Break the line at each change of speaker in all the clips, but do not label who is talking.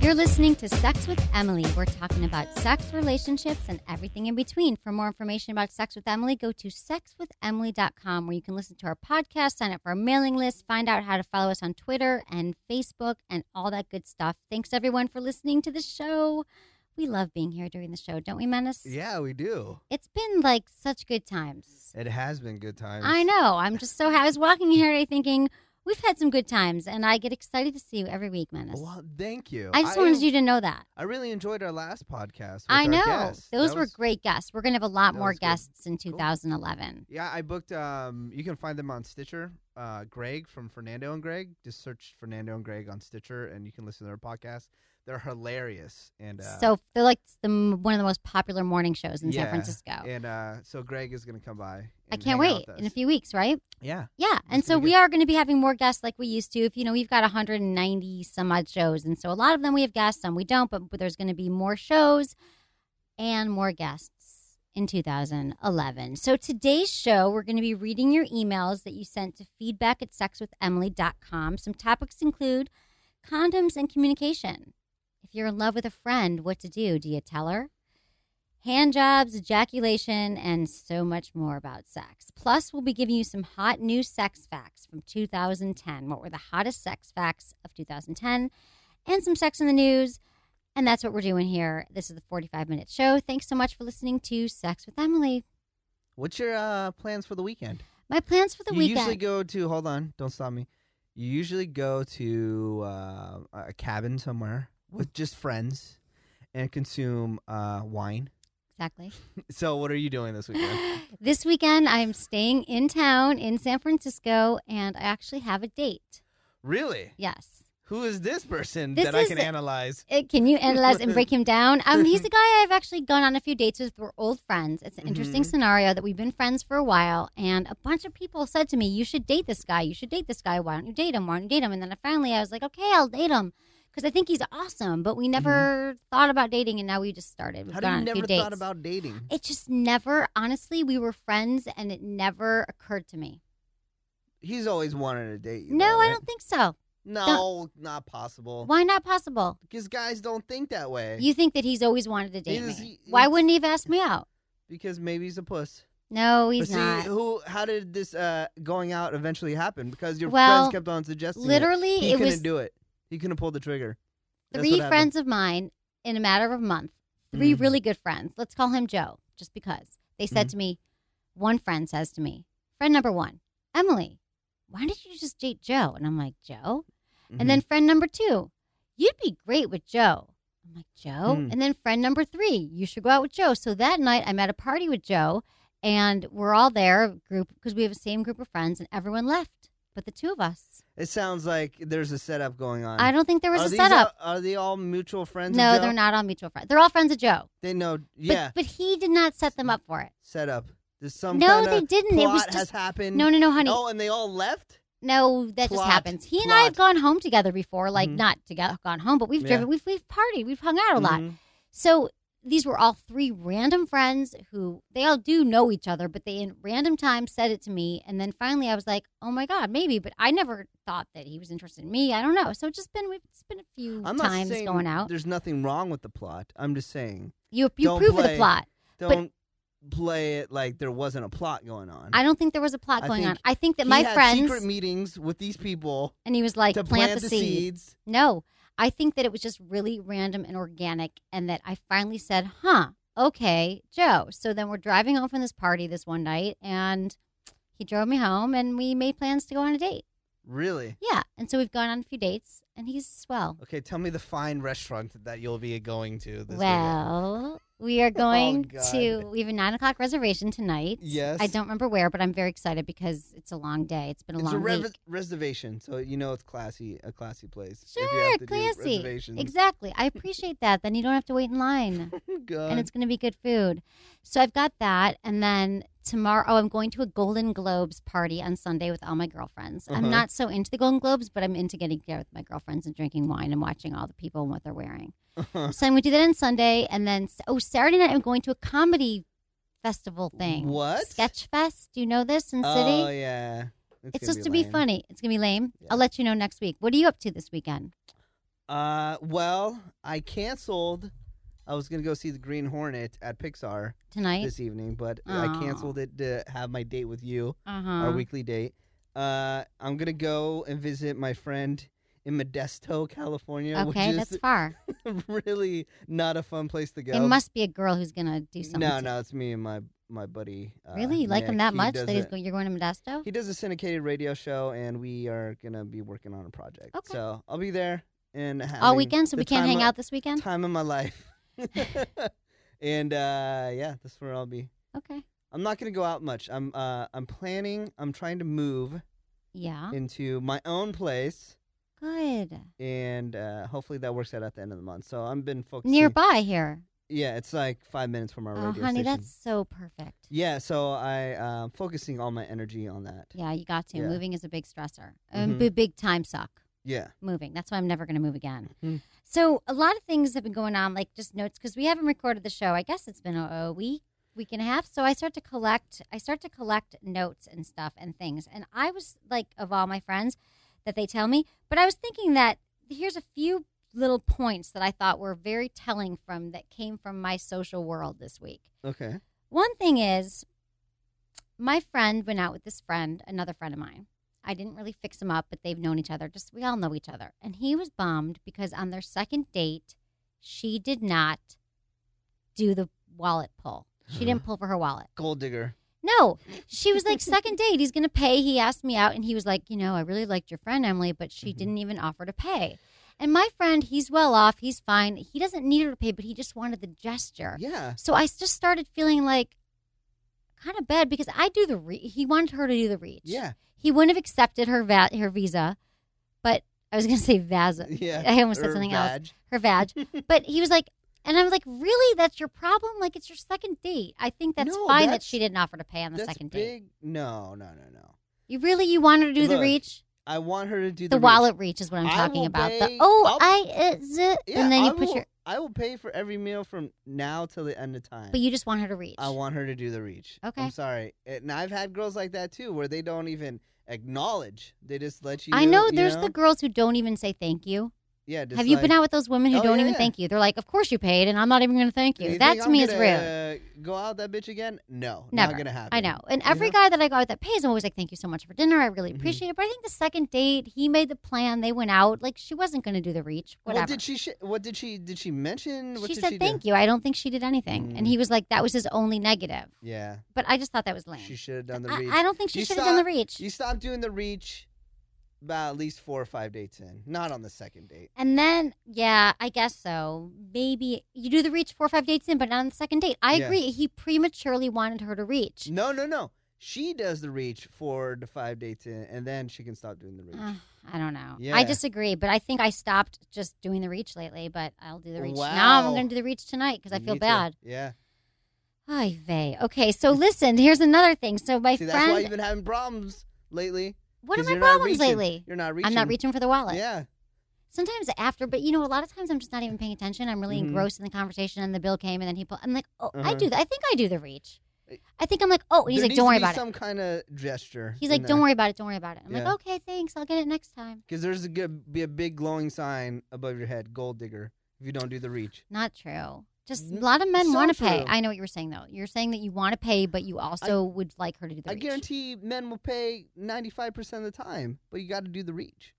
You're listening to Sex with Emily. We're talking about sex, relationships, and everything in between. For more information about Sex with Emily, go to sexwithemily.com where you can listen to our podcast, sign up for our mailing list, find out how to follow us on Twitter and Facebook, and all that good stuff. Thanks everyone for listening to the show. We love being here during the show, don't we, Menace?
Yeah, we do.
It's been like such good times.
It has been good times.
I know. I'm just so happy. I was walking here today thinking, we've had some good times, and I get excited to see you every week, Menace.
Well, thank you.
I just wanted you to know that.
I really enjoyed our last podcast. with
I
our
know.
guests.
Those
That
were
was-
great guests. We're going to have a lot
that
more
was good.
guests in 2011.
Yeah, I booked. Um, you can find them on Stitcher. Uh, Greg from Fernando and Greg. Just search Fernando and Greg on Stitcher, and you can listen to their podcast. They're hilarious. And uh,
So they're like the m- one of the most popular morning shows in
yeah.
San Francisco.
And uh, so Greg is gonna come by.
I
and
can't
hang out
wait
with
in a
us.
few weeks, right?
Yeah.
Yeah. And
It's
so
gonna be
we
good.
are going to be having more guests like we used to. If you know, we've got 190 some odd shows. And so a lot of them we have guests, some we don't, but but there's going to be more shows and more guests in 2011. So today's show, we're going to be reading your emails that you sent to feedback at sexwithemily.com. Some topics include condoms and communication. If you're in love with a friend, what to do? Do you tell her? hand jobs, ejaculation, and so much more about sex. Plus, we'll be giving you some hot new sex facts from 2010. What were the hottest sex facts of 2010? And some sex in the news. And that's what we're doing here. This is the 45 minute show. Thanks so much for listening to Sex with Emily.
What's your uh, plans for the weekend?
My plans for the
you
weekend.
usually go to. Hold on, don't stop me. You usually go to uh, a cabin somewhere with just friends and consume uh, wine.
exactly.
So, what are you doing this weekend?
This weekend, I'm staying in town in San Francisco, and I actually have a date.
really?
Yes.
Who is this person
This
that I
is
can
the-
analyze?
Uh, Can you analyze and break him down? Um, he's a guy I've actually gone on a few dates with. We're old friends. It's an
Mm-hmm.
interesting scenario that we've been friends for a while, and a bunch of people said to me, "You should date this guy. You should date this guy. Why don't you date him? Why don't you date him?" And then finally, I was like, "Okay, I'll date him." Because I think he's awesome, but we never thought about dating, and now we just started. We've
Mm-hmm. How do
gone
you
on a few
never
dates.
thought about dating?
It just never, honestly, we were friends, and it never occurred to me.
He's always wanted to date you.
no,
though,
I
right?
don't think so.
No, not possible.
Why not possible?
Because guys don't think that way.
You think that he's always wanted to date
Is
me?
he-
Why wouldn't he have asked me out?
because maybe he's a puss.
No,
But
he's
see,
not.
Who? How did this uh, going out eventually happen? Because your
Well,
friends kept on suggesting. it.
literally,
he
it
couldn't
was-
do it. He couldn't pull the trigger. That's
three
what happened. Mm.
friends of mine in a matter of a month, 3 really good friends. Let's call him Joe, just because. They said to me, one friend says to me, friend number one, Emily, why did you just date Joe? And I'm like, Joe? And
Mm-hmm.
then friend number two, you'd be great with Joe. I'm like, Joe?
Mm.
And then friend number three, you should go out with Joe. So that night I'm at a party with Joe and we're all there, group, because we have the same group of friends, and everyone left but the two of us.
It sounds like there's a setup going on.
I don't think there was
are
a
these
setup.
all- are they all mutual friends? of
No,
Joe?
they're not all mutual friends. They're all friends of Joe.
They know.
But,
Yeah,
but he did not set them up for it.
setup. There's some.
No,
kinda
they didn't. It
Plot
was
has
just-
happened.
No, no, no, honey.
Oh, and they all left.
No, that just
Plot,
happens. He and I have
plot.
gone home together before, like
Mhm.
not together, gone home, but we've
Yeah.
driven, we've we've partied, we've hung out a lot.
Mhm.
So these were all three random friends who they all do know each other, but they in random time said it to me. And then finally I was like, oh my God, maybe. But I never thought that he was interested in me. I don't know. So it's just been, we've, it's been a few
I'm not
times
saying
going out.
There's nothing wrong with the plot. I'm just saying
You, you
don't
prove the
play.
plot. But-
don't play it like there wasn't a plot going on.
I don't think there was a plot
I
going on.
think
I think that
He
my
had
friends,
secret meetings with these people
and he was like,
to
plant, the,
plant, the
seed.
seeds.
No, I think that it was just really random and organic, and that I finally said, huh, okay, Joe. So then we're driving home from this party this one night, and he drove me home, and we made plans to go on a date.
Really?
Yeah. And so we've gone on a few dates, and he's swell.
Okay, tell me the fine restaurant that you'll be going to this weekend.
Well, we are going
Oh, God.
to, we have a nine o'clock reservation tonight.
Yes.
I don't remember where, but I'm very excited because it's a long day. It's been a
It's
long
a rev-
week.
reservation, so you know it's classy, a classy place. if you
Sure,
have to do
classy.
reservations.
Exactly. I appreciate that. Then you don't have to wait in line.
Good.
and it's going to be good food. So I've got that. And then tomorrow, oh, I'm going to a Golden Globes party on Sunday with all my girlfriends.
Uh-huh.
I'm not so into the Golden Globes, but I'm into getting together with my girlfriends and drinking wine and watching all the people and what they're wearing. So I'm going to do that on Sunday. And then, oh, Saturday night, I'm going to a comedy festival thing.
What?
Sketch Fest. Do you know this in
Oh
City?
yeah.
It's
gonna
supposed to be
lame.
funny. It's going to be lame.
Yeah.
I'll let you know next week. What are you up to this weekend?
Uh, well, I canceled. I was gonna go see the Green Hornet at Pixar
Tonight?
this evening, but
Aw.
I canceled it to have my date with you,
uh-huh.
our weekly date. Uh, I'm gonna go and visit my friend in Modesto, California,
okay,
which
that's
is
far.
really not a fun place to go.
It must be a girl who's going to do something.
No,
to-
no, it's me and my my buddy. Uh,
Really, you like him
Nick.
that
He
much
does
that he's
a-
go- you're going to Modesto?
He does a syndicated radio show, and we are gonna be working on a project.
Okay.
So I'll be there and
All
having
weekend, so
the
we can't
time
hang
of-
out this weekend.
Time of my life. and uh, yeah, that's where I'll be.
Okay.
I'm not gonna go out much. I'm uh, I'm planning. I'm trying to move
Yeah.
into my own place,
Good.
and uh, hopefully that works out at the end of the month. So I've been focusing.
Nearby here.
Yeah, it's like five minutes from our
Oh, honey,
radio station.
that's so perfect.
Yeah, so I uh, focusing all my energy on that.
Yeah, you got to.
Yeah.
Moving is a big stressor. Um,
Mhm.
b- big time suck.
Yeah.
Moving. That's why I'm never going to move again.
Hmm.
So a lot of things have been going on, like just notes, because we haven't recorded the show. I guess it's been a, a week, week and a half. So I start to collect. I start to collect notes and stuff and things. And I was like, of all my friends, that they tell me. But I was thinking that here's a few little points that I thought were very telling from that came from my social world this week.
Okay.
One thing is, my friend went out with this friend, another friend of mine. I didn't really fix him up, but they've known each other. Just we all know each other. And he was bummed because on their second date, she did not do the wallet pull. She didn't pull for her wallet.
Gold digger.
No, she was like, second date, he's going to pay. He asked me out, and he was like, you know, I really liked your friend, Emily, but she didn't even offer to pay. And my friend, he's well off, he's fine. He doesn't need her to pay, but he just wanted the gesture.
Yeah.
So I just started feeling like kind of bad because I do the re- he wanted her to do the reach.
Yeah.
He wouldn't have accepted her va- her visa, but I was going to say vaza.
Yeah.
I almost said
Or
something else.
vag.
Her vag. but he was like and I was like, "Really? That's your problem? Like it's your second date. I think that's
No,
fine that
that's-
she didn't offer to pay on the
That's
second date.
big. No, no, no, no.
You really you want her to do the
Look,
reach?
I want her to do
The,
the, reach.
wallet reach is what I'm
I
talking
will
about. the
pay-
oh,
I'll-
I uh, z-
Yeah,
and then you
I
put
will,
your
I will pay for every meal from now till the end of time.
but you just want her to reach.
I want her to do the reach.
Okay.
I'm sorry. And I've had girls like that too, where they don't even acknowledge. They just let you.
I know
you
there's
know?
the girls who don't even say thank you.
Yeah. Just
Have you been out with those women who
Oh,
don't
yeah,
even
yeah.
thank you? They're like, "Of course you paid, and I'm not even going to thank you." that to me is rude.
rude. go out with that bitch again? No.
Never
Not gonna happen.
I know. And
You
every
know?
guy that I go out that pays, I'm always like, "Thank you so much for dinner. I really
Mhm.
appreciate it." But I think the second date, he made the plan. They went out. Like she wasn't going to do the reach. Whatever.
Well, did she? sh- What did she? Did she mention? What
she
did
said
she
thank you. I don't think she did anything. And
Mm.
he was like, "That was his only negative."
you. Yeah.
But I just thought that was lame.
She should have done the
I-
reach.
I, don't think she
You
should have done the
stop-
reach.
You stopped doing the reach about at least four or five dates in, not on the second date.
And then, yeah, I guess so. Maybe you do the reach four or five dates in, but not on the second date. I
Yeah.
agree. He prematurely wanted her to reach.
No, no, no. She does the reach four to five dates in, and then she can stop doing the reach.
Uh, I don't know. I
Yeah.
disagree, but I think I stopped just doing the reach lately. But I'll do the reach now. I'm
Wow.
going to do the reach tonight because I
Me
feel
too.
bad.
Yeah.
Ay vey. Okay, so listen. Here's another thing. So my
See, that's why
friend,
you've been having problems lately.
what are
'cause
my
you're not
problems
reaching.
lately?
You're not reaching.
I'm not reaching for the wallet.
Yeah.
sometimes after, but you know, a lot of times I'm just not even paying attention. I'm really
Mhm.
engrossed in the conversation, and the bill came, and then he. Pull, I'm like, oh, I
Uh-huh.
do. The, I think I do the reach. I think I'm like, oh, and he's
There
like,
needs
don't
to
worry
be
about it.
some kind of gesture.
He's like, don't worry about it. Don't worry about it. I'm
Yeah.
like, okay, thanks. I'll get it next time.
Because there's going to be a big glowing sign above your head, gold digger, if you don't do the reach.
Not true. Just a
N-
lot of men
Mm-hmm. so
want to pay.
true.
I know what you were saying though. You're saying that you want to pay, but you also would like her to do the
I
reach.
guarantee men will pay 95% of the time, but you got to do the reach.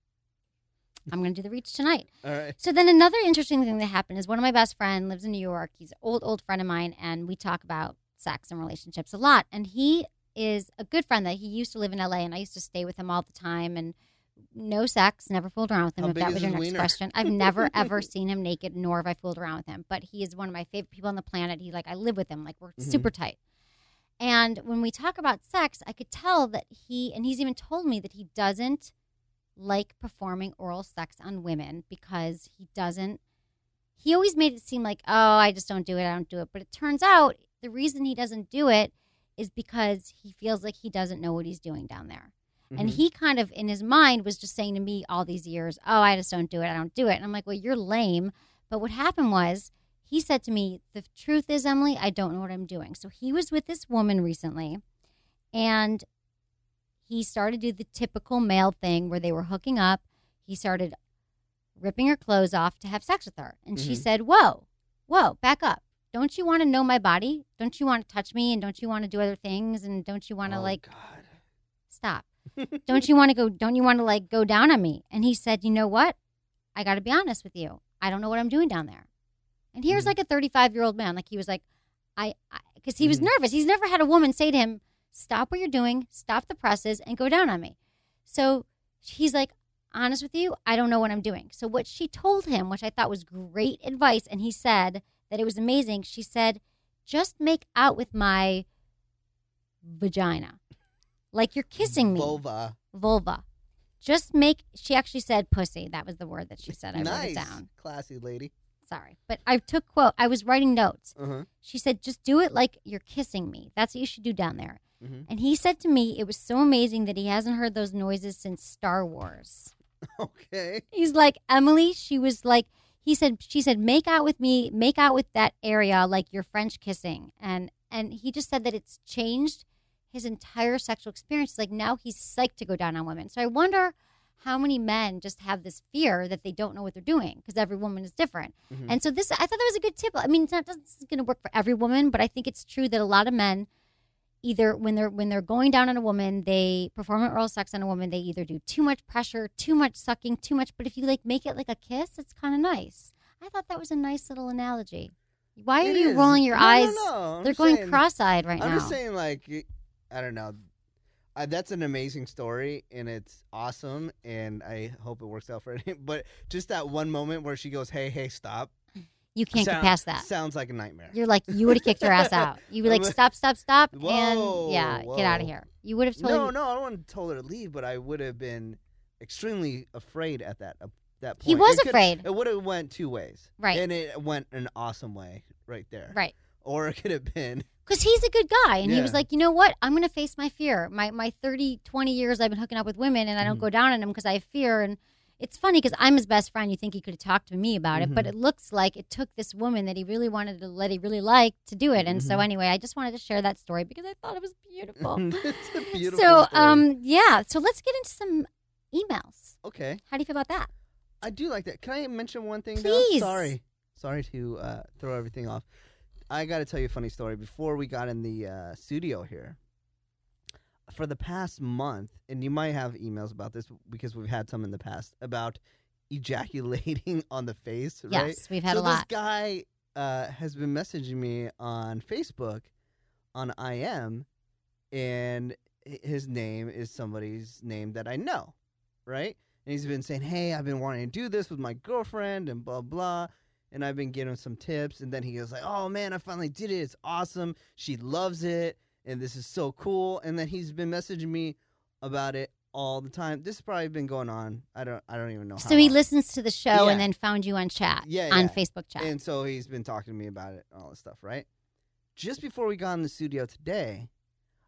I'm going to do the reach tonight.
All right.
So then another interesting thing that happened is one of my best friend lives in New York. He's an old old friend of mine, and we talk about sex and relationships a lot. And he is a good friend that he used to live in L.A. and I used to stay with him all the time. And no sex, never fooled around with him.
How
if
big
that
is
was your
his
next
wiener?
question, I've never ever seen him naked, nor have I fooled around with him. But he is one of my favorite people on the planet. He like I live with him, like we're
Mhm.
super tight. And when we talk about sex, I could tell that he, and he's even told me that he doesn't like performing oral sex on women because he doesn't, he always made it seem like, oh, I just don't do it, I don't do it. But it turns out the reason he doesn't do it is because he feels like he doesn't know what he's doing down there. And
Mhm.
he kind of, in his mind, was just saying to me all these years, oh, I just don't do it, I don't do it. And I'm like, well, you're lame. But what happened was, he said to me, The truth is, Emily, I don't know what I'm doing. So he was with this woman recently and he started to do the typical male thing where they were hooking up. He started ripping her clothes off to have sex with her. And she
Mhm.
said, Whoa, whoa, back up. Don't you want to know my body? Don't you want to touch me? And don't you want to do other things? And don't you want to
Oh,
like
God.
stop. don't you want to go? Don't you want to like go down on me? And he said, you know what? I got to be honest with you. I don't know what I'm doing down there. And here's
Mhm.
like a 35 year old man. Like he was like, I, because he was
Mhm.
nervous. He's never had a woman say to him, stop what you're doing, stop the presses, and go down on me. So he's like, honest with you, I don't know what I'm doing. So what she told him, which I thought was great advice, and he said that it was amazing. She said, just make out with my vagina, like you're kissing me
Vulva.
vulva. Just make. She actually said pussy. That was the word that she said. I wrote it
nice.
down.
Classy lady.
Sorry, but I took quote. I was writing notes.
Uh-huh.
She said, "Just do it like you're kissing me. That's what you should do down there."
Mhm.
And he said to me, "It was so amazing that he hasn't heard those noises since Star Wars."
Okay.
He's like Emily. She was like. He said, she said, make out with me, make out with that area like you're French kissing. And and he just said that it's changed his entire sexual experience. Like now he's psyched to go down on women. So I wonder how many men just have this fear that they don't know what they're doing because every woman is different.
Mhm.
And so this, I thought that was a good tip. I mean, it's not, this is going to work for every woman, but I think it's true that a lot of men either when they're when they're going down on a woman, they perform an oral sex on a woman, they either do too much pressure, too much sucking, too much. But if you like make it like a kiss, it's kind of nice. I thought that was a nice little analogy. Why are
It
you
is.
rolling your
No, no,
eyes?
no, I'm
They're
just
going
saying-
cross-eyed right
I'm
now.
just saying, like, y- I don't know. I, that's an amazing story, and it's awesome, and I hope it works out for him. But just that one moment where she goes, "Hey, hey, stop!"
you can't get
sound-
past that.
Sounds like a nightmare.
You're like you would have kicked her ass out. You'd be like,
I'm like-
stop, stop, stop,
Whoa,
and yeah, get out of
whoa.
here. You would have told
no,
him,
no, I don't want to tell her to leave, but I would have been extremely afraid at that uh, that point.
He was
It could-
afraid.
It would have went two ways,
Right.
And it went an awesome way right there,
right?
Or it could have been
Because he's a good guy, and he was
Yeah.
like, you know what? I'm going to face my fear. My my 30, 20 years I've been hooking up with women, and I
Mm.
don't go down on them because I have fear. And it's funny because I'm his best friend. You think he could have talked to me about it, but
Mm-hmm.
it looks like it took this woman that he really wanted to, that he really liked, to do it. And
Mm-hmm.
so anyway, I just wanted to share that story because I thought it was beautiful.
it's a beautiful.
so
story.
um yeah, so let's get into some emails.
okay,
How do you feel about that?
I do like that. Can I mention one thing?
Please.
Though? Sorry, sorry to uh, throw everything off. I got to tell you a funny story. Before we got in the uh, studio here, for the past month, and you might have emails about this because we've had some in the past about ejaculating on the face. right?
Yes, we've had
so
a lot.
This guy uh, has been messaging me on Facebook, on IM, and hi- his name is somebody's name that I know, right? And he's been saying, "Hey, I've been wanting to do this with my girlfriend," and blah blah. And I've been giving him some tips, and then he goes like, "Oh man, I finally did it! It's awesome. She loves it, and this is so cool." And then he's been messaging me about it all the time. This has probably been going on. I don't. I don't even know.
So
how
he
long.
listens to the show
uh-huh. Yeah.
and then found you on chat,
Yeah,
on
yeah.
Facebook chat.
And so he's been talking to me about it and all this stuff, right? Just before we got in the studio today,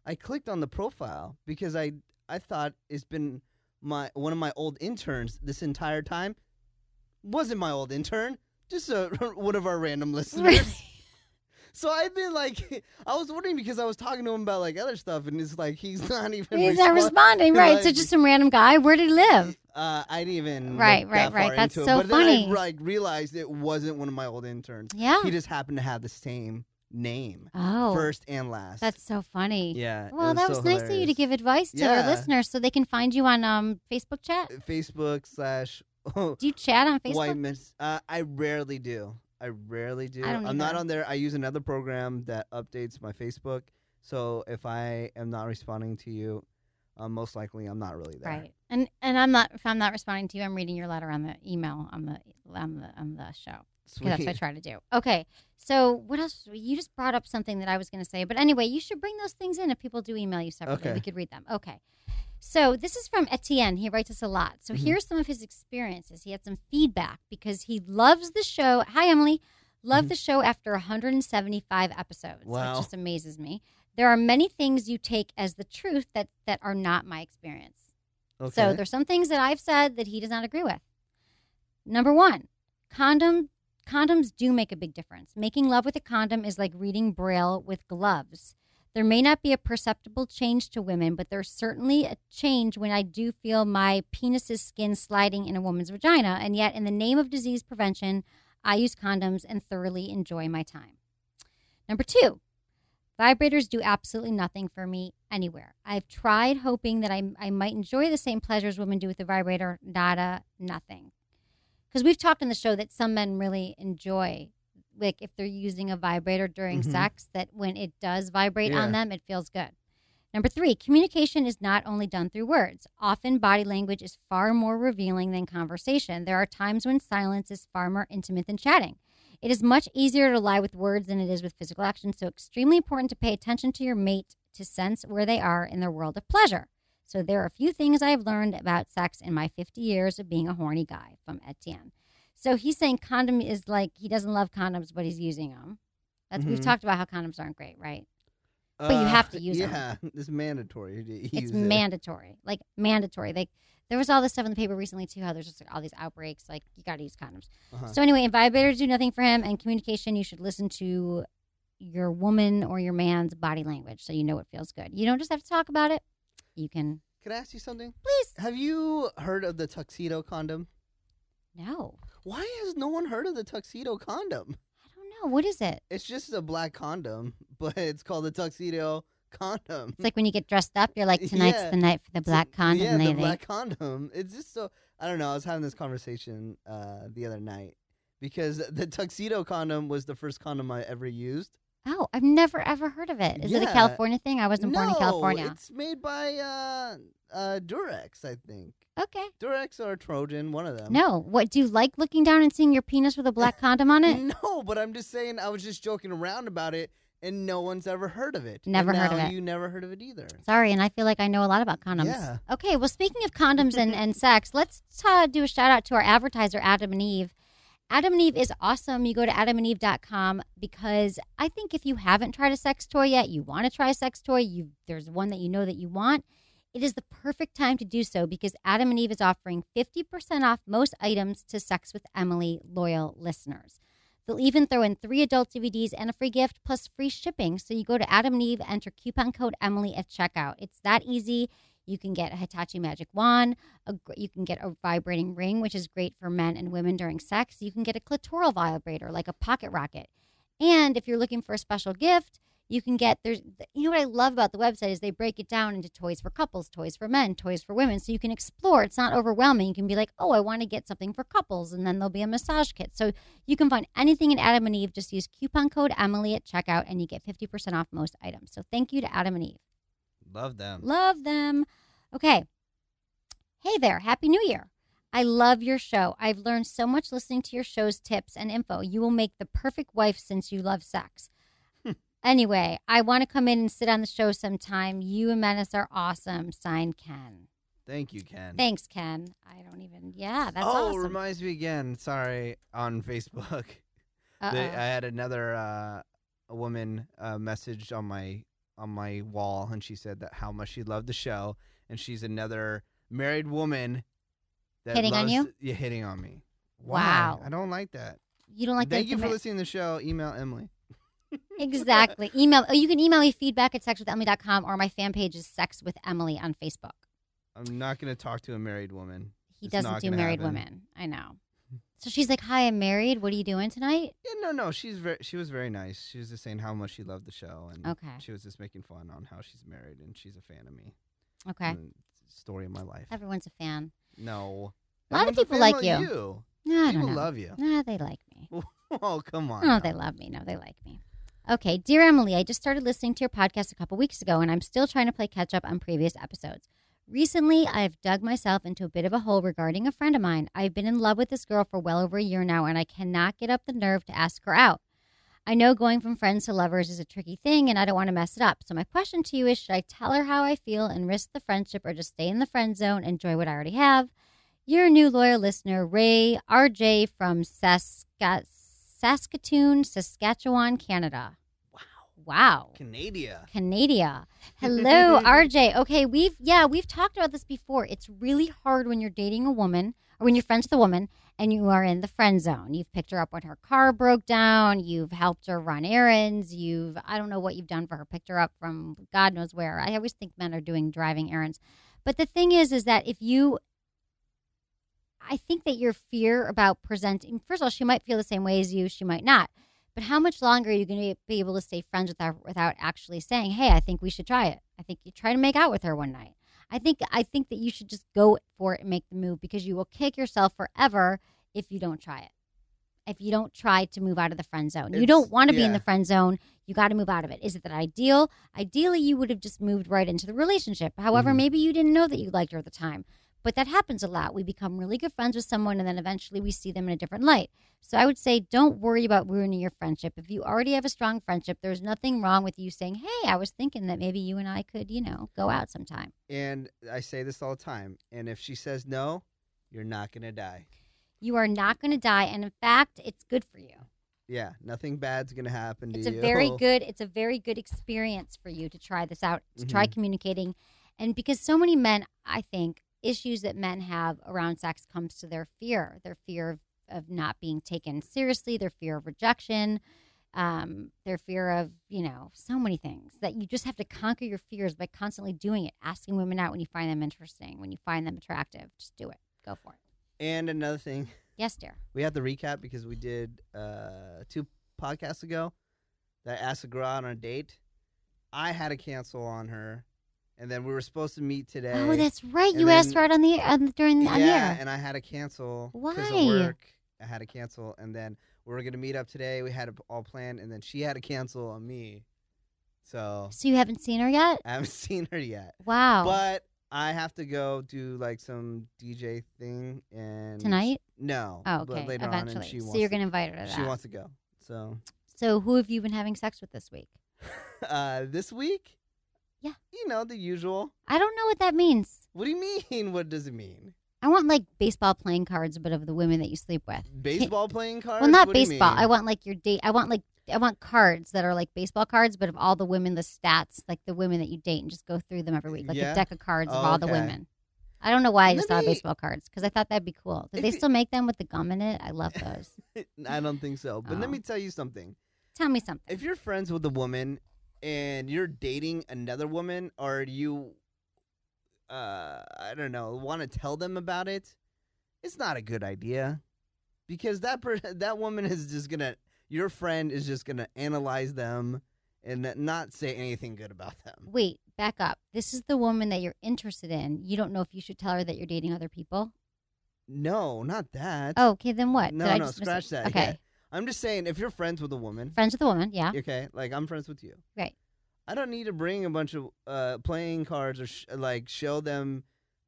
I clicked on the profile because I I thought it's been my one of my old interns this entire time. wasn't my old intern, just uh one of our random listeners.
Really?
So I've been like, I was wondering because I was talking to him about like other stuff, and it's like he's not even.
He's not
respond-
responding, right? so
Like-
just some random guy. Where did he live?
Uh, I didn't even
Right,
look
right,
that
right.
far
That's
into
so
it. But then I,
funny.
like realized it wasn't one of my old interns.
Yeah.
He just happened to have the same name,
Oh,
first and last.
that's so funny.
yeah. it
Well, that
so
was nice of you to
hilarious.
give advice to
Yeah.
our listeners so they can find you on um, Facebook chat.
Facebook slash
Do you chat on Facebook?
white miss. Uh, I rarely do. I rarely do.
I don't
I'm not
either.
on there. I use another program that updates my Facebook. So if I am not responding to you, uh, most likely I'm not really there.
Right. And and I'm not if I'm not responding to you, I'm reading your letter on the email on the on the on the show.
Sweet.
Because that's what I try to do. Okay. So what else? You just brought up something that I was going to say, but anyway, you should bring those things in if people do email you separately.
Okay.
We could read them. Okay. So this is from Etienne. He writes us a lot. So
Mhm.
here's some of his experiences. He had some feedback because he loves the show. Hi, Emily. Love the show after 175 episodes,
Wow.
which just amazes me. There are many things you take as the truth that that are not my experience.
okay.
So there's some things that I've said that he does not agree with. Number one, condom condoms do make a big difference. Making love with a condom is like reading braille with gloves. There may not be a perceptible change to women, but there's certainly a change when I do feel my penis's skin sliding in a woman's vagina. And yet, in the name of disease prevention, I use condoms and thoroughly enjoy my time. Number two, Vibrators do absolutely nothing for me anywhere. I've tried hoping that I, I might enjoy the same pleasures women do with the vibrator. Nada, nothing. Because we've talked on the show that some men really enjoy, like if they're using a vibrator during
Mhm.
sex, that when it does vibrate
Yeah.
on them, it feels good. Number three, communication is not only done through words. Often body language is far more revealing than conversation. There are times when silence is far more intimate than chatting. It is much easier to lie with words than it is with physical action, so extremely important to pay attention to your mate to sense where they are in their world of pleasure. So there are a few things I have learned about sex in my 50 years of being a horny guy from Etienne. So he's saying condom is like he doesn't love condoms, but he's using them. That's we've
Mhm.
talked about how condoms aren't great, right? but you have to use 'em.
Uh, yeah, it's mandatory. to
it's
use it.
mandatory, like mandatory. Like there was all this stuff in the paper recently too, how there's just like, all these outbreaks. Like you got to use condoms.
Uh-huh.
So anyway, vibrators do nothing for him, and communication you should listen to your woman or your man's body language so you know it feels good. You don't just have to talk about it. You can
Can I ask you something?
please
Have you heard of the tuxedo condom?
no.
Why has no one heard of the tuxedo condom?
I don't know what is it.
It's just a black condom, but it's called the tuxedo condom.
It's like when you get dressed up, you're like tonight's
Mm. Yeah.
the night for the black condom
Yeah,
lady.
the black condom. It's just so I don't know. I was having this conversation uh, the other night because the tuxedo condom was the first condom I ever used.
Oh, I've never ever heard of it. Is it a
Yeah.
California thing? I wasn't
no,
born in California.
it's made by uh, uh, Durex, I think.
Okay.
Durex or Trojan, one of them.
No. What do you like looking down and seeing your penis with a black condom on it?
No, but I'm just saying I was just joking around about it, and no one's ever heard of it. And
Never heard of
now
it.
You never heard of it either.
Sorry, and I feel like I know a lot about condoms.
Yeah.
Okay, well, speaking of condoms and, and sex, let's uh, do a shout out to our advertiser, Adam and Eve. Adam and Eve is awesome. You go to adamandeve.com because I think if you haven't tried a sex toy yet, you want to try a sex toy, you there's one that you know that you want, it is the perfect time to do so because Adam and Eve is offering 50% off most items to Sex with Emily loyal listeners. They'll even throw in three adult DVDs and a free gift plus free shipping. So you go to Adam and Eve, enter coupon code Emily at checkout. It's that easy. You can get a Hitachi magic wand. A, gr- you can get a vibrating ring, which is great for men and women during sex. You can get a clitoral vibrator, like a pocket rocket. And if you're looking for a special gift, you can get there's you know what I love about the website is they break it down into toys for couples, toys for men, toys for women. So you can explore. It's not overwhelming. You can be like, oh, I want to get something for couples, and then there'll be a massage kit. So you can find anything in Adam and Eve. Just use coupon code Emily at checkout and you get 50% off most items. So thank you to Adam and Eve.
Love them.
Love them. Okay. Hey there. Happy New Year. I love your show. I've learned so much listening to your show's tips and info. You will make the perfect wife since you love sex.
Hmm.
anyway, I want to come in and sit on the show sometime. You and Menace are awesome. Signed, Ken.
Thank you, Ken.
Thanks, Ken. I don't even. Yeah, that's
oh,
awesome.
reminds me again. Sorry, on Facebook,
Uh-oh.
they, I had another uh, a woman uh, message on my on my wall, and she said that how much she loved the show, and she's another married woman that
Hitting on
loves,
you?
Yeah, hitting on me. Why?
Wow.
I don't like that.
You don't like
Thank
the
you for
intimate-
listening to the show. Email Emily.
Exactly. Email. Oh, you can email me feedback at sexwithemily.com or my fan page is Sex with Emily on Facebook.
I'm not going to talk to a married woman.
He
It's
doesn't
not
do
gonna
married
happen.
women. I know. So she's like, "Hi, I'm married. What are you doing tonight?"
Yeah, no, no. She's very, she was very nice. She was just saying how much she loved the show, and
Okay.
she was just making fun on how she's married and she's a fan of me.
Okay.
And it's the story of my life.
Everyone's a fan.
no,
A lot of
Everyone's
people
fan
like you. No, I
People
don't know.
love you.
No, they like me.
Oh, come on.
No,
now.
they love me. No, they like me. Okay, dear Emily, I just started listening to your podcast a couple weeks ago, and I'm still trying to play catch up on previous episodes. Recently, I've dug myself into a bit of a hole regarding a friend of mine. I've been in love with this girl for well over a year now, and I cannot get up the nerve to ask her out. I know going from friends to lovers is a tricky thing, and I don't want to mess it up. So, my question to you is should I tell her how I feel and risk the friendship, or just stay in the friend zone, enjoy what I already have? Your new loyal listener, Ray RJ from Saska- Saskatoon, Saskatchewan, Canada. Wow. Wow.
Canada.
Canada. Hello, RJ. Okay, we've yeah, we've talked about this before. It's really hard when you're dating a woman or when you're friends with a woman and you are in the friend zone. You've picked her up when her car broke down, you've helped her run errands, you've I don't know what you've done for her, picked her up from God knows where. I always think men are doing driving errands. But the thing is is that if you I think that your fear about presenting first of all, she might feel the same way as you, she might not. But how much longer are you going to be able to stay friends without without actually saying, "Hey, I think we should try it. I think you try to make out with her one night." I think I think that you should just go for it and make the move because you will kick yourself forever if you don't try it. If you don't try to move out of the friend zone, you
It's-
don't want to be in
yeah.
the friend zone. You got to move out of it. Is it that ideal? Ideally, you would have just moved right into the relationship. However, maybe you didn't know that you liked her at the time. But that happens a lot. We become really good friends with someone and then eventually we see them in a different light. So I would say don't worry about ruining your friendship. If you already have a strong friendship, there's nothing wrong with you saying, Hey, I was thinking that maybe you and I could, you know, go out sometime.
And I say this all the time. And if she says no, you're not going to die.
You are not going to die. And in fact, it's good for you.
Yeah, nothing bad's going to happen to
It's a
you.
very good it's a very good experience for you to try this out, to
Mm-hmm.
try communicating. And because so many men, I think, issues that men have around sex comes to their fear, their fear of, of not being taken seriously, their fear of rejection, um, their fear of, you know, so many things that you just have to conquer your fears by constantly doing it, asking women out when you find them interesting, when you find them attractive. Just do it. Go for it.
And another thing,
Yes, dear.
we have to recap because we did uh, two podcasts ago that I asked a girl out on a date. I had to cancel on her. And then we were supposed to meet today.
Oh, that's right.
and
You asked
then-
for it on the on, during the,
yeah,
on the air.
and I had to cancel. 'cause
Why?
Of work. I had to cancel. And then we were going to meet up today. We had it all planned. And then she had to cancel on me. So
So you haven't seen her yet?
I haven't seen her yet.
Wow.
But I have to go do like some DJ thing and
Tonight?
No.
Oh,
but
okay.
later on, and
Eventually.
she
so
wants
you're
to-
going to invite her to that.
She wants to go. So
so who have you been having sex with this week?
uh, this week,
Yeah.
you know the usual.
I don't know what that means.
What do you mean? What does it mean?
I want like baseball playing cards, but of the women that you sleep with.
Baseball playing cards?
Well, not
What do you
baseball. I
mean?
want like your date. I want like I want cards that are like baseball cards, but of all the women, the stats, like the women that you date, and just go through them every week, like
Yeah?
a deck of cards of
Oh,
all the
okay.
women. I don't know why I just
Let
thought
me-
baseball cards because I thought that'd be cool. Do
If
they
it-
still make them with the gum in it? I love those.
I don't think so. But let
Oh.
me tell you something.
Tell me something.
If you're friends with a woman and you're dating another woman, or you, uh, I don't know, want to tell them about it, it's not a good idea because that per- that woman is just gonna, your friend is just gonna analyze them and n- not say anything good about them.
Wait, back up. This is the woman that you're interested in. You don't know if you should tell her that you're dating other people.
No, not that.
Oh, okay, then what?
no,
Did I
no,
just miss it?
scratch that.
Okay,
yeah. I'm just saying if you're friends with a woman,
friends with a woman. Yeah,
okay, like I'm friends with you.
right.
I don't need to bring a bunch of uh, playing cards or sh- like show them,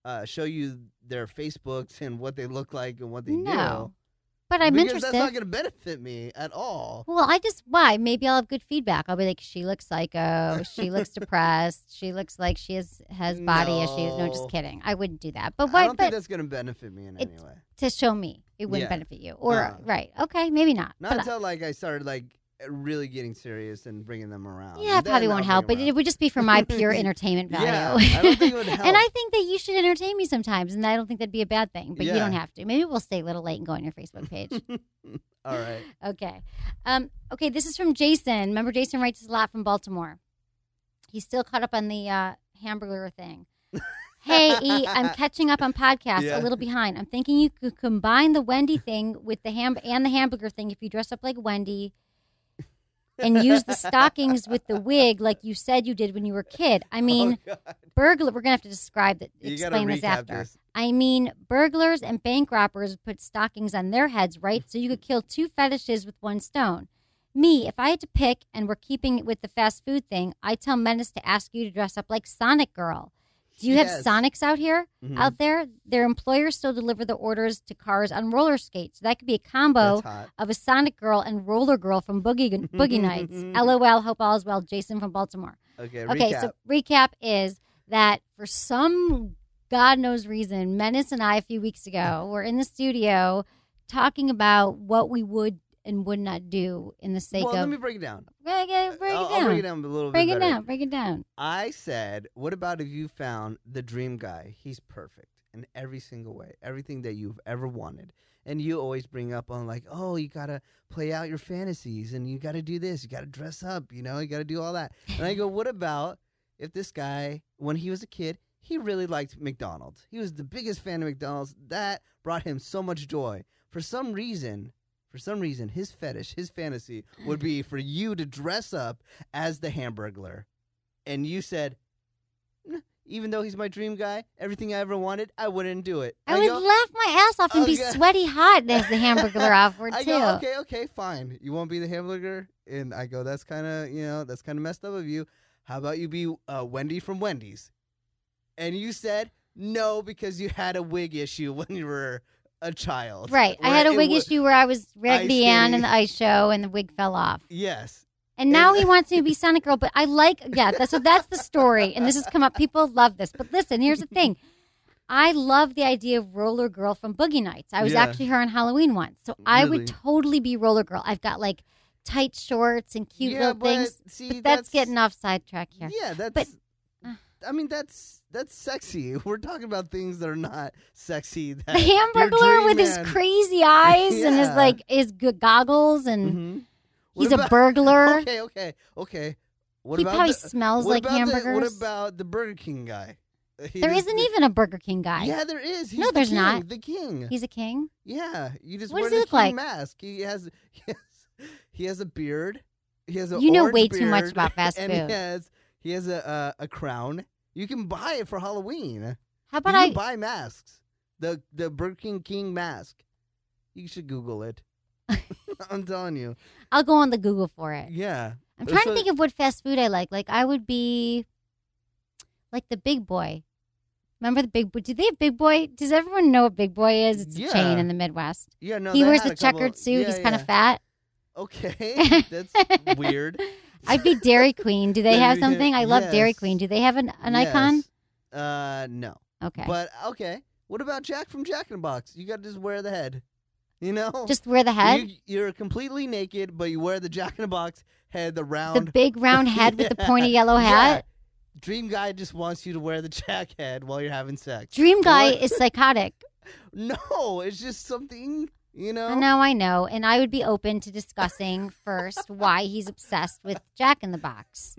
uh, show you their Facebooks and what they look like and what they
No,
do.
but I'm
because
interested.
that's not going to benefit me at all.
well, I just why? Maybe I'll have good feedback. I'll be like, she looks psycho. She looks depressed. She looks like she has has body issues. No,
No.
just kidding. I wouldn't do that. But
I
why?
don't think
But
that's going to benefit me in
It-
any way.
to show me, it wouldn't
Yeah.
benefit you. Or
Uh-uh.
right? Okay, maybe not.
Not
But I-
until like I started like really getting serious and bringing them around.
Yeah, it
They're
probably
not
won't help, but
bringing
it would just be for my pure entertainment value.
Yeah, I don't think it would
and I
help.
think that you should entertain me sometimes, and I don't think that'd be a bad thing. But you don't
Yeah.
have to. Maybe we'll stay a little late and go on your Facebook page.
around. All right.
Okay. Um, okay, this is from Jason. Remember, Jason writes us a lot from Baltimore. He's still caught up on the uh, hamburger thing. hey, E, I'm catching up on podcasts,
Yeah.
a little behind. I'm thinking you could combine the Wendy thing with the ham and the hamburger thing if you dress up like Wendy and use the stockings with the wig like you said you did when you were a kid. I mean,
oh, God.
burglar we're gonna have to describe that
You gotta
explain this
recap
after
this.
i mean burglars and bank robbers put stockings on their heads right so you could kill two fetishes with one stone me if i had to pick and we're keeping it with the fast food thing i tell menace to ask you to dress up like sonic girl do you have
Yes.
sonics out here
Mhm.
out there their employers still deliver the orders to cars on roller skates so that could be a combo
That's hot.
of a sonic girl and roller girl from boogie boogie nights lol hope all is well jason from baltimore
Okay.
Okay,
recap.
so recap is that for some God knows reason, Menace and I a few weeks ago were in the studio talking about what we would and would not do in the sake
well,
of
let me break it down.
break it, break
I'll,
it
I'll
down.
break it down a little
Break
bit.
it
better.
down, break it down.
I said, "What about if you found the dream guy? He's perfect in every single way, everything that you've ever wanted." And you always bring up on like, "Oh, you gotta play out your fantasies, and you gotta do this, you gotta dress up, you know, you gotta do all that." And I go, "What about if this guy, when he was a kid, he really liked McDonald's? He was the biggest fan of McDonald's. That brought him so much joy. For some reason." For some reason, his fetish, his fantasy would be for you to dress up as the Hamburglar and you said, "Nah, even though he's my dream guy, everything I ever wanted, I wouldn't do it.
I would
go-
laugh my ass off and be
Okay.
sweaty hot as the hamburger awkward
I
too.
go, okay, okay, fine. You won't be the hamburger, and I go, that's kind of you know, that's kind of messed up of you. How about you be uh, Wendy from Wendy's? And you said no because you had a wig issue when you were a child.
Right. I had
Where
a
it
wig
wa-
issue where I was Raggedy Ann in
skating.
the ice show and the wig fell off.
Yes.
And now he wants me to be Sonic Girl, but I like yeah. That's, so that's the story, and this has come up. People love this, but listen, here's the thing. I love the idea of Roller Girl from Boogie Nights. I was
Yeah.
actually her on Halloween once, so I
Really?
would totally be Roller Girl. I've got like tight shorts and cute
Yeah,
little
but
things,
see,
but that's,
that's-
getting off sidetrack here.
Yeah, that's. I mean, that's that's sexy. We're talking about things that are not sexy. That
The Hamburglar with his crazy eyes and his
Yeah.
like his g- goggles, and
hmm
he's a burglar.
Okay, okay, okay. What
He
about
probably
the,
smells
what
like
about the-
hamburgers.
what about the Burger King guy? Uh, He
there
just-
isn't even a Burger King guy.
Yeah, there is. He's
No,
the
there's
king,
not.
The king.
He's a king.
yeah, you just
What
wear
does
the
he look like?
king mask. He has, he has he has a beard. He has a
You know
orange
way too much
beard,
about fast
and
food.
He has he has a uh, a crown. You can buy it for Halloween.
How about
you
I?
can buy masks. The the Burger King King mask. You should Google it. I'm telling you.
I'll go on the Google for it.
Yeah.
I'm trying
So-
to think of what fast food I like. Like I would be like the Big Boy. Remember the Big Boy? Do they have Big Boy? Does everyone know what Big Boy is? It's a
Yeah.
chain in the Midwest.
Yeah, no.
he
they
wears
had
a
couple-
checkered suit.
yeah,
He's kind
yeah.
of fat.
Okay, that's weird.
I'd be Dairy Queen. Do they have
Dairy Queen,
something? I love Dairy
yes.
Queen. Do they have an, an
Yes.
icon?
Uh, no.
Okay.
But okay. What about Jack from Jack in the Box? You got to just wear the head. You know,
Just wear the head?
You, you're completely naked, but you wear the Jack in the Box head, the
the
round
big round head with the pointy
Yeah,
yellow
yeah.
hat?
Dream guy just wants you to wear the Jack head while you're having sex.
Dream guy
What?
is psychotic.
no, it's just something. You know.
I know, I know. And I would be open to discussing first why he's obsessed with Jack in the Box.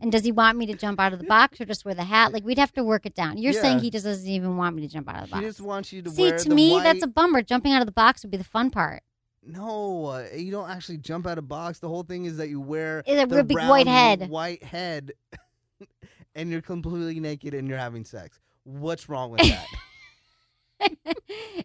and does he want me to jump out of the box or just wear the hat? Like, we'd have to work it down. You're
Yeah.
saying he just doesn't even want me to jump out of the
He
box.
just wants you to
See,
wear
to
the
me,
white-
that's a bummer. Jumping out of the box would be the fun part.
No, uh, you don't actually jump out of box. The whole thing is that you wear
It's a
the
real big white
round
head.
white head, and you're completely naked and you're having sex. What's wrong with that?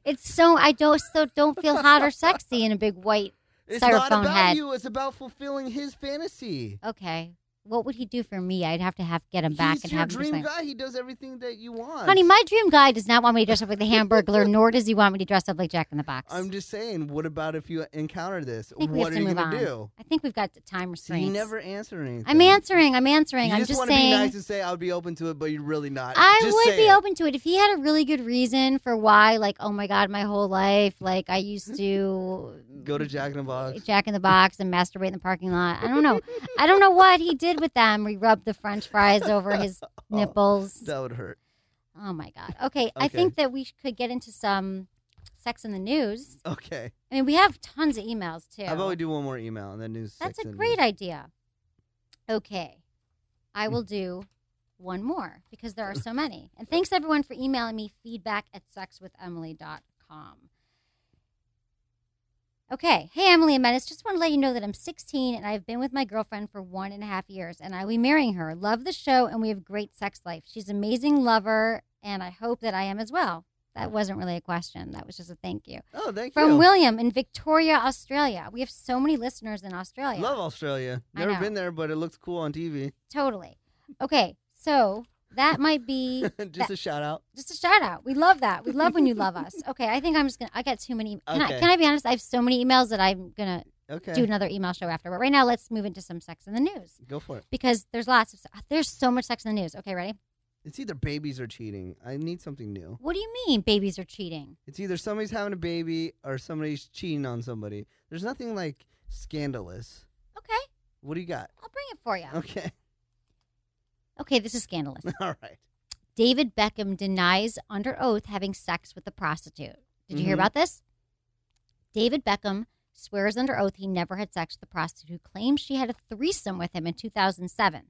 It's so I don't so don't feel hot or sexy in a big white
it's
styrofoam
not about
head.
you. It's about fulfilling his fantasy.
Okay, what would he do for me? I'd have to have get him back
He's
and
your
have him do something.
dream guy. He does everything that you want.
Honey, my dream guy does not want me to dress up like the Hamburglar, nor does he want me to dress up like Jack in the Box.
I'm just saying. What about if you encounter this?
I think we have
What are
to
you
move
gonna
on.
do?
I think we've got the time
So you
restraints.
never answer anything.
I'm answering. I'm answering.
You
I'm
just,
just
want
saying.
to be nice and say I would be open to it, but you're really not.
I
Just
would
say
be
it.
open to it if he had a really good reason for why, like, oh my God, my whole life, like, I used to
Go to Jack in the Box.
Jack in the Box and masturbate in the parking lot. I don't know. I don't know what he did with them. He rubbed the french fries over his
Oh,
nipples.
That would hurt.
Oh my God. Okay, I think that we could get into some sex in the news.
Okay.
I mean, we have tons of emails too.
How about we do one more email and then do
That's
six
a
and- Hmm.
great idea. Okay. I will do one more because there are so many. And thanks everyone for emailing me feedback at sexwithemily.com. Okay. Hey, Emily and Menace. Just want to let you know that I'm 16 and I've been with my girlfriend for one and a half years and I will be marrying her. Love the show and we have great sex life. She's an amazing lover and I hope that I am as well. That wasn't really a question. That was just a thank you.
Oh, thank
From
you.
William in Victoria, Australia. We have so many listeners in Australia.
Love Australia.
I
Never
know.
been there, but it looks cool on TV.
Totally. Okay, so that might be
Just
that-
a shout out.
just a shout out. We love that. We love when you love us. Okay, I think I'm just gonna. I got too many. e, Can, I,
Okay.
can I be honest? I have so many emails that I'm gonna
Okay.
do another email show after. But right now, let's move into some sex in the news
Go for it.
because there's lots of there's so much sex in the news. Okay, ready?
It's either babies are cheating. I need something new.
What do you mean babies are cheating?
It's either somebody's having a baby or somebody's cheating on somebody. There's nothing like scandalous.
Okay,
What do you got?
I'll bring it for you.
Okay.
Okay, this is scandalous.
All right.
David Beckham denies under oath having sex with the prostitute. Did you hear
Mhm.
about this? David Beckham swears under oath he never had sex with the prostitute who claims she had a threesome with him in 2007.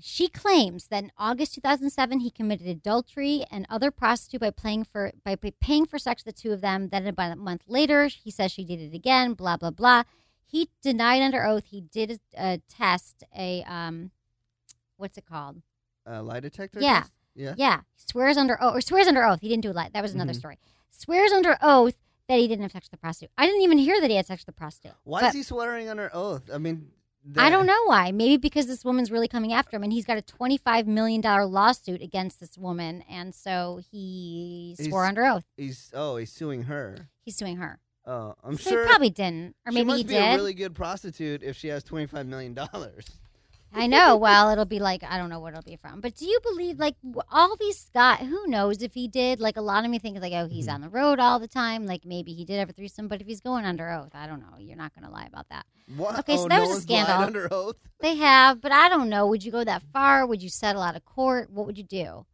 She claims that in August 2007 he committed adultery and other prostitute by playing for by p- paying for sex with the two of them. Then about a month later, he says she did it again. Blah blah blah. He denied under oath he did a, a test a um, what's it called?
Uh, lie detector?
Yeah.
test? Yeah.
Yeah, he swears under oath, or swears under oath. He didn't do a lie. That was another
Mhm.
story. Swears under oath that he didn't have sex with the prostitute. I didn't even hear that he had sex with the prostitute.
Why
But
is he swearing under oath? I mean,
I
that-
don't know why. Maybe because this woman's really coming after him, and he's got a twenty-five million dollar lawsuit against this woman, and so he
He's-
swore under oath.
He's oh, he's suing her.
He's suing her.
Oh, I'm
so
sure.
he probably didn't, or
she
maybe
must
he
be
did.
a really good prostitute if she has twenty five million dollars.
I know. Well, it'll be like I don't know where it'll be from. But do you believe like w- all these guys? Who knows if he did? Like a lot of me think like, oh, he's
Mm-hmm.
on the road all the time. Like maybe he did have a threesome. But if he's going under oath, I don't know. You're not going to lie about that.
What?
Okay, so
Oh,
that
no
was a
one's lied
scandal.
Under oath.
They have, but I don't know. Would you go that far? Would you settle out of court? What would you do?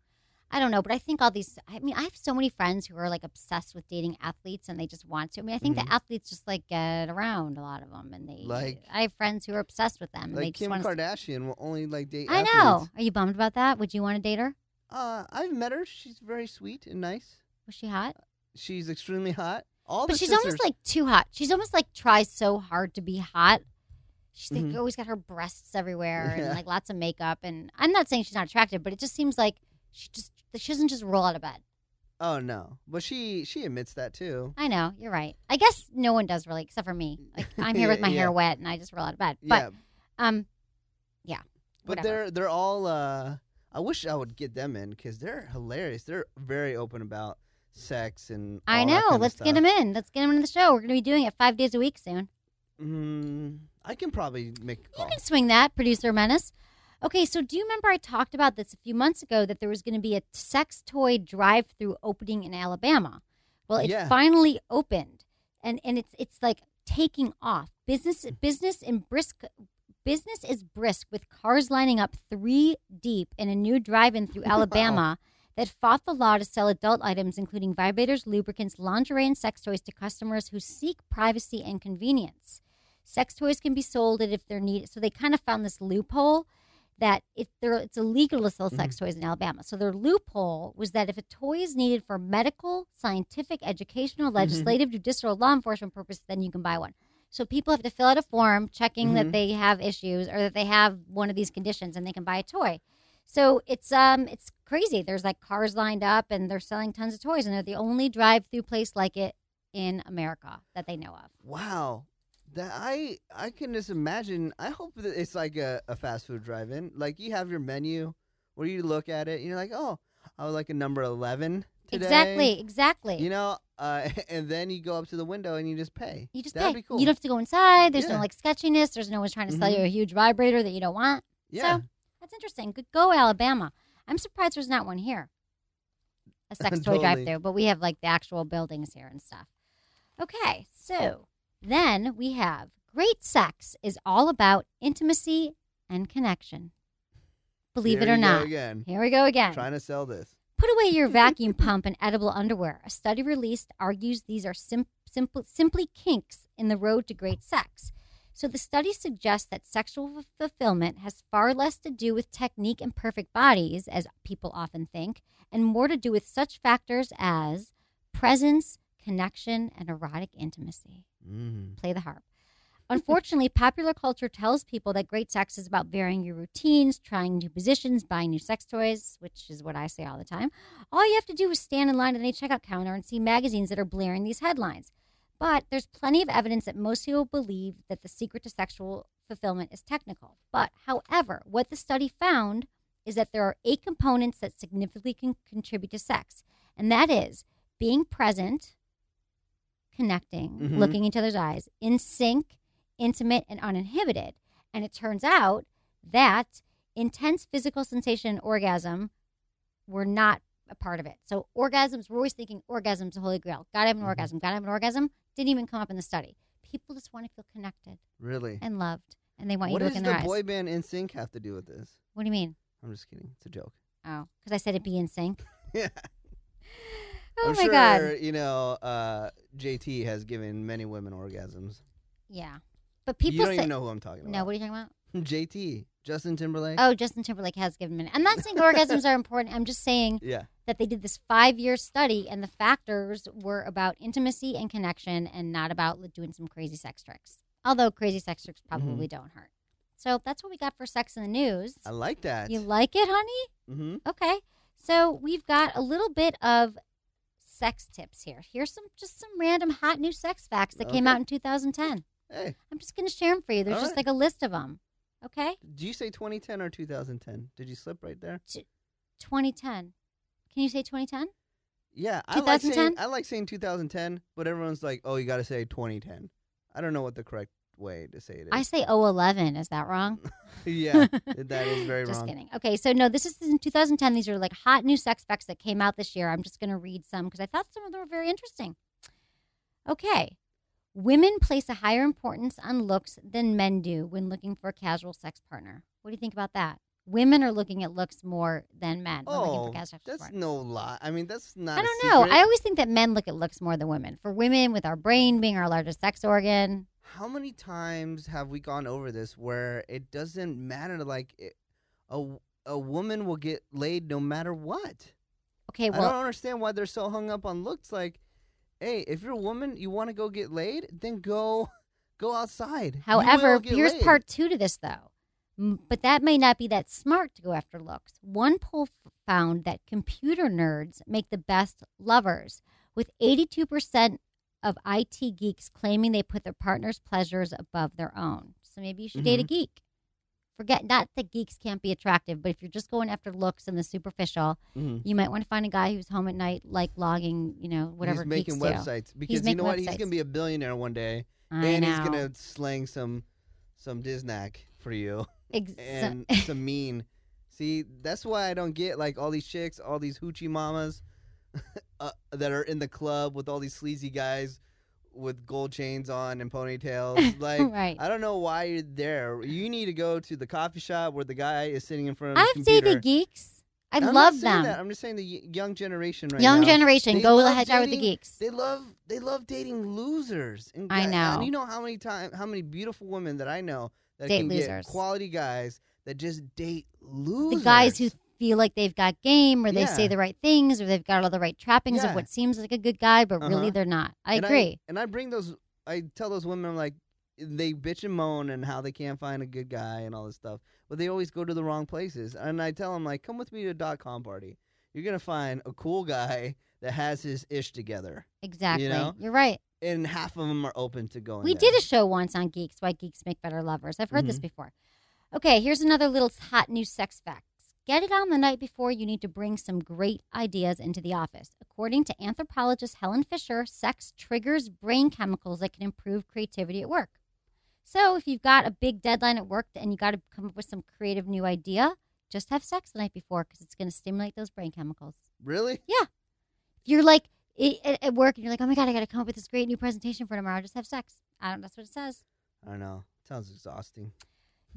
I don't know, but I think all these. I mean, I have so many friends who are like obsessed with dating athletes, and they just want to. I mean, I think the athletes just like get around a lot of them, and they.
Mm-hmm. Like-
I have friends who are obsessed with them, and they
Like
just
Kim
want to.
Kardashian will only like date.
I
athletes.
know. Are you bummed about that? Would you want to date her?
Uh, I've met her. She's very sweet and nice.
Was she hot?
She's extremely hot. All
But
the
she's
sisters-
almost like too hot. She's almost like tries so hard to be hot. She's like,
Mhm.
always got her breasts everywhere
Yeah.
and like lots of makeup. And I'm not saying she's not attractive, but it just seems like she just she doesn't just roll out of bed.
Oh no, but she she admits that too.
I know you're right. I guess no one does really, except for me. Like I'm here with my
Yeah.
hair wet and I just roll out of bed.
yeah,
But um, yeah.
but
whatever.
they're they're all. uh I wish I would get them in because they're hilarious. They're very open about sex and.
I
all
know.
that kind of
Let's get
stuff.
him in. Let's get him into the show. We're going to be doing it five days a week soon.
Mm, I can probably make a
You
call.
can swing that, producer Menace. Okay, so do you remember I talked about this a few months ago that there was going to be a sex toy drive-through opening in Alabama? Well, it
Yeah.
finally opened, and and it's it's like taking off. Business business in brisk business is brisk with cars lining up three deep in a new drive-in through Alabama. That fought the law to sell adult items, including vibrators, lubricants, lingerie, and sex toys to customers who seek privacy and convenience sex toys can be sold and if they're needed. So they kind of found this loophole that if they're, it's illegal to sell sex toys in Alabama. So their loophole was that if a toy is needed for medical, scientific, educational, legislative, judicial, or law enforcement purposes, then you can buy one. So people have to fill out a form checking that they have issues or that they have one of these conditions and they can buy a toy. So it's um it's crazy. There's like cars lined up and they're selling tons of toys and they're the only drive-through place like it in America that they know of.
Wow. that I I can just imagine. I hope that it's like a, a fast food drive-in. Like you have your menu, where you look at it, and you're like, oh, I would like a number eleven today.
Exactly, exactly.
You know, uh, and then you go up to the window and you just pay.
You just
That'd
pay.
Be cool.
You don't have to go inside. There's
Yeah.
no like sketchiness. There's no one's trying to sell you
Mhm.
a huge vibrator that you don't want.
yeah.
So that's interesting. Good go Alabama. I'm surprised there's not one here. A sex toy
Totally.
drive-through, but we have like the actual buildings here and stuff. Okay,
Oh.
so then we have great sex is all about intimacy and connection. Believe
Here
it or
you go
not.
again.
Here we go again.
Trying to sell this.
Put away your vacuum pump and edible underwear. A study released argues these are sim- simple, simply kinks in the road to great sex. So the study suggests that sexual f- fulfillment has far less to do with technique and perfect bodies, as people often think, and more to do with such factors as presence, connection, and erotic intimacy
Mm.
play the harp. Unfortunately, popular culture tells people that great sex is about varying your routines, trying new positions, buying new sex toys, which is what I say all the time. All you have to do is stand in line at any checkout counter and see magazines that are blaring these headlines. But there's plenty of evidence that most people believe that the secret to sexual fulfillment is technical. But, however, what the study found is that there are eight components that significantly can contribute to sex, and that is being present, connecting,
Mhm.
looking each other's eyes, in sync, intimate, and uninhibited. And it turns out that intense physical sensation and orgasm were not a part of it. So orgasms, we're always thinking orgasm's the holy grail. Gotta have an
Mhm.
orgasm, gotta have an orgasm. Didn't even come up in the study. People just want to feel connected
Really.
and loved, and they want
What
you to look
does
in
the
their eyes.
boy band in sync have to do with this?
what do you mean?
I'm just kidding. It's a joke.
Oh, because I said it'd be in sync.
Yeah.
Oh
I'm
my
sure,
god.
You know, uh, JT has given many women orgasms.
Yeah. But
you
people
don't
say
even know who I'm talking about.
no. What are you talking about?
JT, Justin Timberlake.
Oh, Justin Timberlake has given me. I'm not saying orgasms are important. I'm just saying
Yeah.
that they did this five year study, and the factors were about intimacy and connection, and not about li- doing some crazy sex tricks. Although crazy sex tricks
Mm-hmm.
probably don't hurt. So that's what we got for sex in the news.
I like that.
You like it, honey?
mm-hmm.
Okay. So we've got a little bit of sex tips here. Here's some just some random hot new sex facts that came
Okay.
out in 2010.
Hey,
I'm just going to share them for you. There's
All
just
right.
like a list of them. Okay?
do you say 2010 or 2010? Did you slip right there?
2010. Can you say 2010?
Yeah, I like saying
2010?
I like saying 2010, but everyone's like, "Oh, you got to say 2010." I don't know what the correct way to say it is.
I say 011. Is that wrong?
yeah, that is very
just
wrong.
kidding. Okay, so no, this is in 2010. These are like hot new sex facts that came out this year. I'm just going to read some because I thought some of them were very interesting. Okay. Women place a higher importance on looks than men do when looking for a casual sex partner. What do you think about that? Women are looking at looks more than men when looking for
Oh,
casual sex
that's
partners.
no lie. I mean, that's not.
I
a
don't know.
secret.
I always think that men look at looks more than women. For women, with our brain being our largest sex organ,
How many times have we gone over this where it doesn't matter? Like, it, a a woman will get laid no matter what.
okay,
I don't
well,
understand why they're so hung up on looks. Like, hey, if you're a woman, you want to go get laid, then go go outside. You will
however,
get
here's
laid.
part two to this though. M- But that may not be that smart to go after looks. One poll f- found that computer nerds make the best lovers, with 82% of IT geeks claiming they put their partner's pleasures above their own. So maybe you should date a
Mm-hmm.
geek. Forget not that geeks can't be attractive, but if you're just going after looks and the superficial,
Mhm.
you might want to find a guy who's home at night, like logging, you know, whatever.
He's making
geeks do.
websites because you
making
know what? He's
websites.
gonna be a billionaire one day,
I
and he's
know.
gonna slang some some disnack for you
Ex- so-
and some mean. See, that's why I don't get like all these chicks, all these hoochie mamas uh, that are in the club with all these sleazy guys with gold chains on and ponytails. Like,
Right.
I don't know why you're there. You need to go to the coffee shop where the guy is sitting in front of his
I've dated
computer.
geeks. I
I'm not
love
saying
them.
that. I'm just saying the y- young generation right
Young
now.
generation,
They
go
love
hedge out with the
dating-
geeks.
They love they love dating losers. And
I
guy-
know.
And you know how many time how many beautiful women that I know that
Date
can
losers.
get quality guys that just date
the
losers.
guys who feel like they've got game, or they say
Yeah.
the right things, or they've got all the right trappings of
Yeah.
what seems like a good guy, but really
Uh-huh.
they're not. I
And
agree.
and I bring those. I tell those women I'm like they bitch and moan and how they can't find a good guy and all this stuff, but they always go to the wrong places. And I tell them like, come with me to a dot com party. You're gonna find a cool guy that has his ish together,
Exactly. You
know?
are right.
and half of them are open to going.
We
there.
did a show once on geeks, why geeks make better lovers. I've heard this before. Okay, here's another little hot new sex fact. Get it on the night before you need to bring some great ideas into the office. According to anthropologist Helen Fisher, sex triggers brain chemicals that can improve creativity at work. So if you've got a big deadline at work and you got to come up with some creative new idea, just have sex the night before because it's going to stimulate those brain chemicals
really.
you're like i at, at work and you're like, oh my god, I got to come up with this great new presentation for tomorrow. Just have sex. I don't. That's what it says.
I don't know. Sounds exhausting.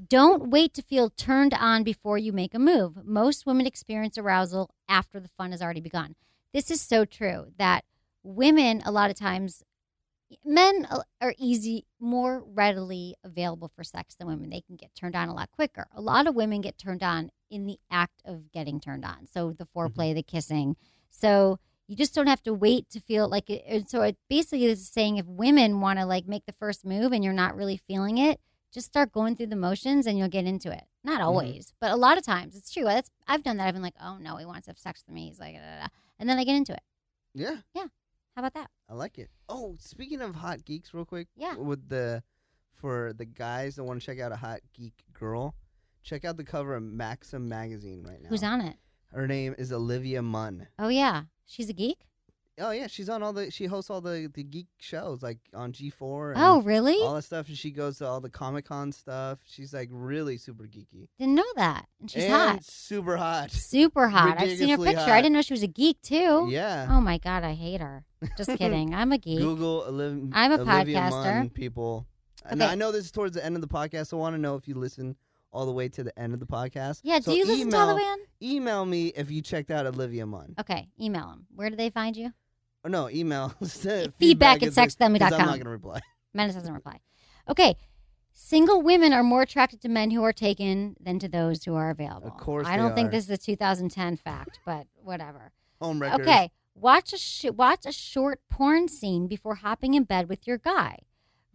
Don't wait to feel turned on before you make a move. Most women experience arousal after the fun has already begun. This is so true that women a lot of times men a- are easy more readily available for sex than women. They can get turned on a lot quicker. A lot of women get turned on in the act of getting turned on. So the foreplay, the kissing. So you just don't have to wait to feel like it. And so it basically is saying if women want to like make the first move and you're not really feeling it, just start going through the motions and you'll get into it. Not always, but a lot of times it's true. That's, I've done that. I've been like, oh no, he wants to have sex with me. He's like, da, da, da. and then I get into it.
Yeah,
How about that?
I like it. Oh, speaking of hot geeks, real quick.
Yeah.
With the for the guys that want to check out a hot geek girl, check out the cover of Maxim magazine right now.
Who's on it?
Her name is Olivia Munn.
Oh yeah, she's a geek.
Oh yeah, she's on all the she hosts all the the geek shows like on G four.
Oh really?
all that stuff, and she goes to all the Comic Con stuff. She's like really super geeky.
Didn't know that. And she's
and
hot,
Super hot.
super hot. I've seen her
ridiculously
picture.
hot.
I didn't know she was a geek too.
Yeah.
Oh my god, I hate her. Just kidding. I'm a geek.
Google Olivia.
I'm a
Olivia
podcaster.
Munn, people. And
Okay.
I know this is towards the end of the podcast. So I want to know if you listen all the way to the end of the podcast.
Yeah.
So
do you listen to all the
email-
way Oh. in?
Email me if you checked out Olivia Munn.
Okay. Email them. Where do they find you?
Or no, email feedback,
Feedback at
is like- 'cause I'm
sexfamily.com.
not going to reply.
Menace doesn't reply. Okay. Single women are more attracted to men who are taken than to those who are available.
Of course
I
they
don't think
are.
this is a 2010 fact, but whatever.
Home records.
Okay, watch a sh- watch a short porn scene before hopping in bed with your guy.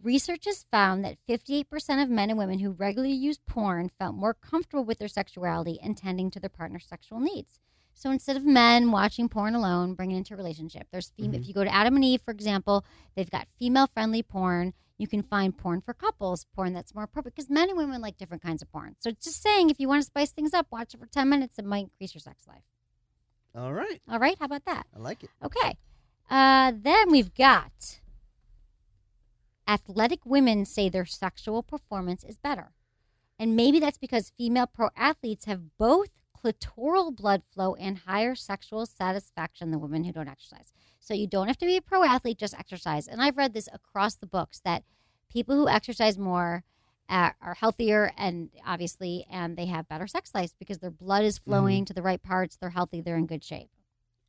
Research has found that 58% of men and women who regularly use porn felt more comfortable with their sexuality and tending to their partner's sexual needs. So instead of men watching porn alone, bring it into a relationship. There's fem- if you go to Adam and Eve, for example, they've got female friendly porn. You can find porn for couples, porn that's more appropriate because men and women like different kinds of porn. So it's just saying, if you want to spice things up, watch it for 10 minutes. It might increase your sex life.
All right.
All right, how about that?
I like it.
Okay. Uh, then we've got athletic women say their sexual performance is better. And maybe that's because female pro athletes have both clitoral blood flow and higher sexual satisfaction than women who don't exercise. So you don't have to be a pro athlete, just exercise. And I've read this across the books that people who exercise more uh, are healthier and obviously, and they have better sex lives because their blood is flowing to the right parts. They're healthy. They're in good shape.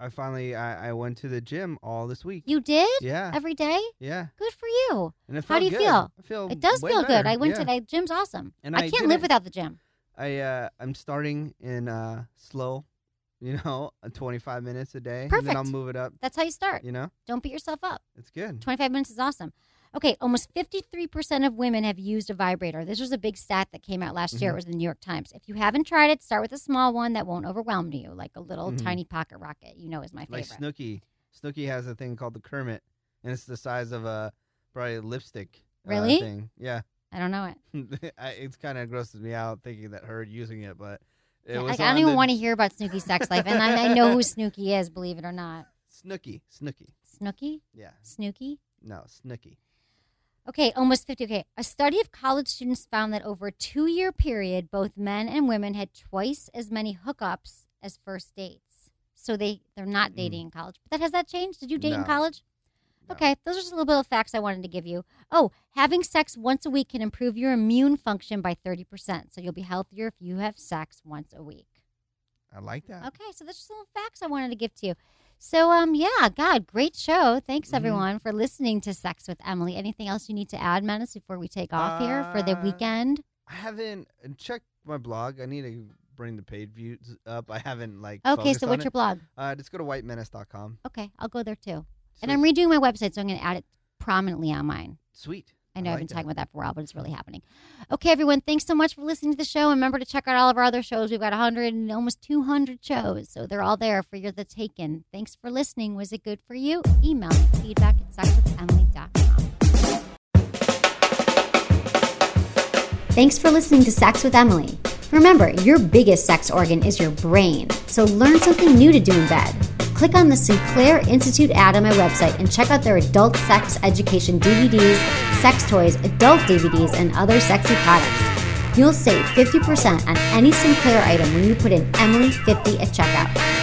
I finally I, I went to the gym all this week.
You did?
yeah.
every day.
yeah.
Good for you.
And it
How do
felt
you
good.
feel?
I feel
It does
Oh, way
feel good.
better.
I went
Yeah.
today. Gym's awesome.
And
I,
I
can't live
didn't-
without the gym.
I uh, I'm starting in uh, slow, you know, uh, 25 minutes a day, and then I'll
Perfect.
move it up.
That's how you start.
You know,
Don't beat yourself up.
it's good.
25 minutes is awesome. Okay, almost 53% of women have used a vibrator. This was a big stat that came out last
Mm-hmm.
year. It was in the New York Times. If you haven't tried it, start with a small one that won't overwhelm you, like a little
Mhm.
tiny pocket rocket, you know, is my
Like
favorite.
Snooky, Snooky has a thing called the Kermit, and it's the size of a probably a lipstick. uh,
Really?
thing. Yeah,
I don't know it.
I, it's kind of grosses me out thinking that her using it, but it
Yeah,
was
like, I don't
on
even
the-
want to hear about Snooki's sex life. And I, I know who Snooki is, believe it or not.
Snooky, Snooky.
Snooki?
Yeah,
Snooki?
no, Snooky.
Okay, almost 50. Okay. A study of college students found that over a two year period, both men and women had twice as many hookups as first dates. So they, they're not dating in college. But that has that changed? Did you date in
Hmm. No.
college?
No.
Okay, those are just a little bit of facts I wanted to give you. Oh, having sex once a week can improve your immune function by 30%. So you'll be healthier if you have sex once a week.
I like that.
Okay, so that's just little facts I wanted to give to you. So, um, yeah, God, great show. Thanks
Mhm.
everyone for listening to Sex with Emily. Anything else you need to add, Menace, before we take off here for the
Uh,
weekend?
I haven't uh, checked my blog. I need to bring the paid views up. I haven't like.
Okay,
focused
so
on
what's
it.
your blog?
Uh, just go to whitemenace.com.
Okay, I'll go there too.
Sweet.
And I'm redoing my website, so I'm going to add it prominently on mine.
Sweet.
I know
I
I have
like
been
that.
talking about that for a while, but it's really happening. Okay, everyone, thanks so much for listening to the show. And remember to check out all of our other shows. We've got 100 and almost 200 shows, so they're all there for your the taken. Thanks for listening. Was it good for you? Email me feedback at sexwithemily.com. Thanks for listening to Sex with Emily. Remember, your biggest sex organ is your brain, so learn something new to do in bed. Click on the Sinclair Institute ad on my website and check out their adult sex education DVDs, sex toys, adult DVDs, and other sexy products. You'll save 50% on any Sinclair item when you put in Emily50 at checkout.